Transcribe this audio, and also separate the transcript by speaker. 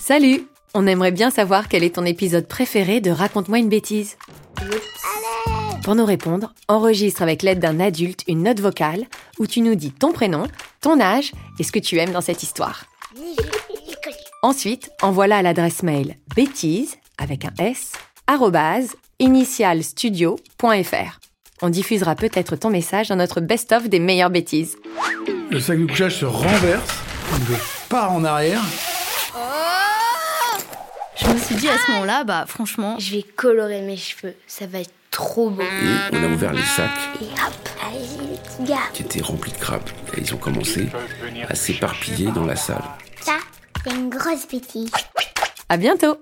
Speaker 1: Salut On aimerait bien savoir quel est ton épisode préféré de Raconte-moi une bêtise. Pour nous répondre, enregistre avec l'aide d'un adulte une note vocale où tu nous dis ton prénom, ton âge et ce que tu aimes dans cette histoire. Ensuite, envoie-la à l'adresse mail bêtise avec un s arrobase initialstudio.fr. On diffusera peut-être ton message dans notre best-of des meilleures bêtises.
Speaker 2: Le sac de couchage se renverse, il part en arrière.
Speaker 3: Je me suis dit à ce moment-là, bah franchement,
Speaker 4: Je vais colorer mes cheveux, ça va être trop beau.
Speaker 5: Et on a ouvert les sacs
Speaker 4: Et hop, allez-y les petits gars.
Speaker 5: qui étaient remplis de crabes. Et ils ont commencé à s'éparpiller dans la salle.
Speaker 4: Ça, c'est une grosse bêtise.
Speaker 1: À bientôt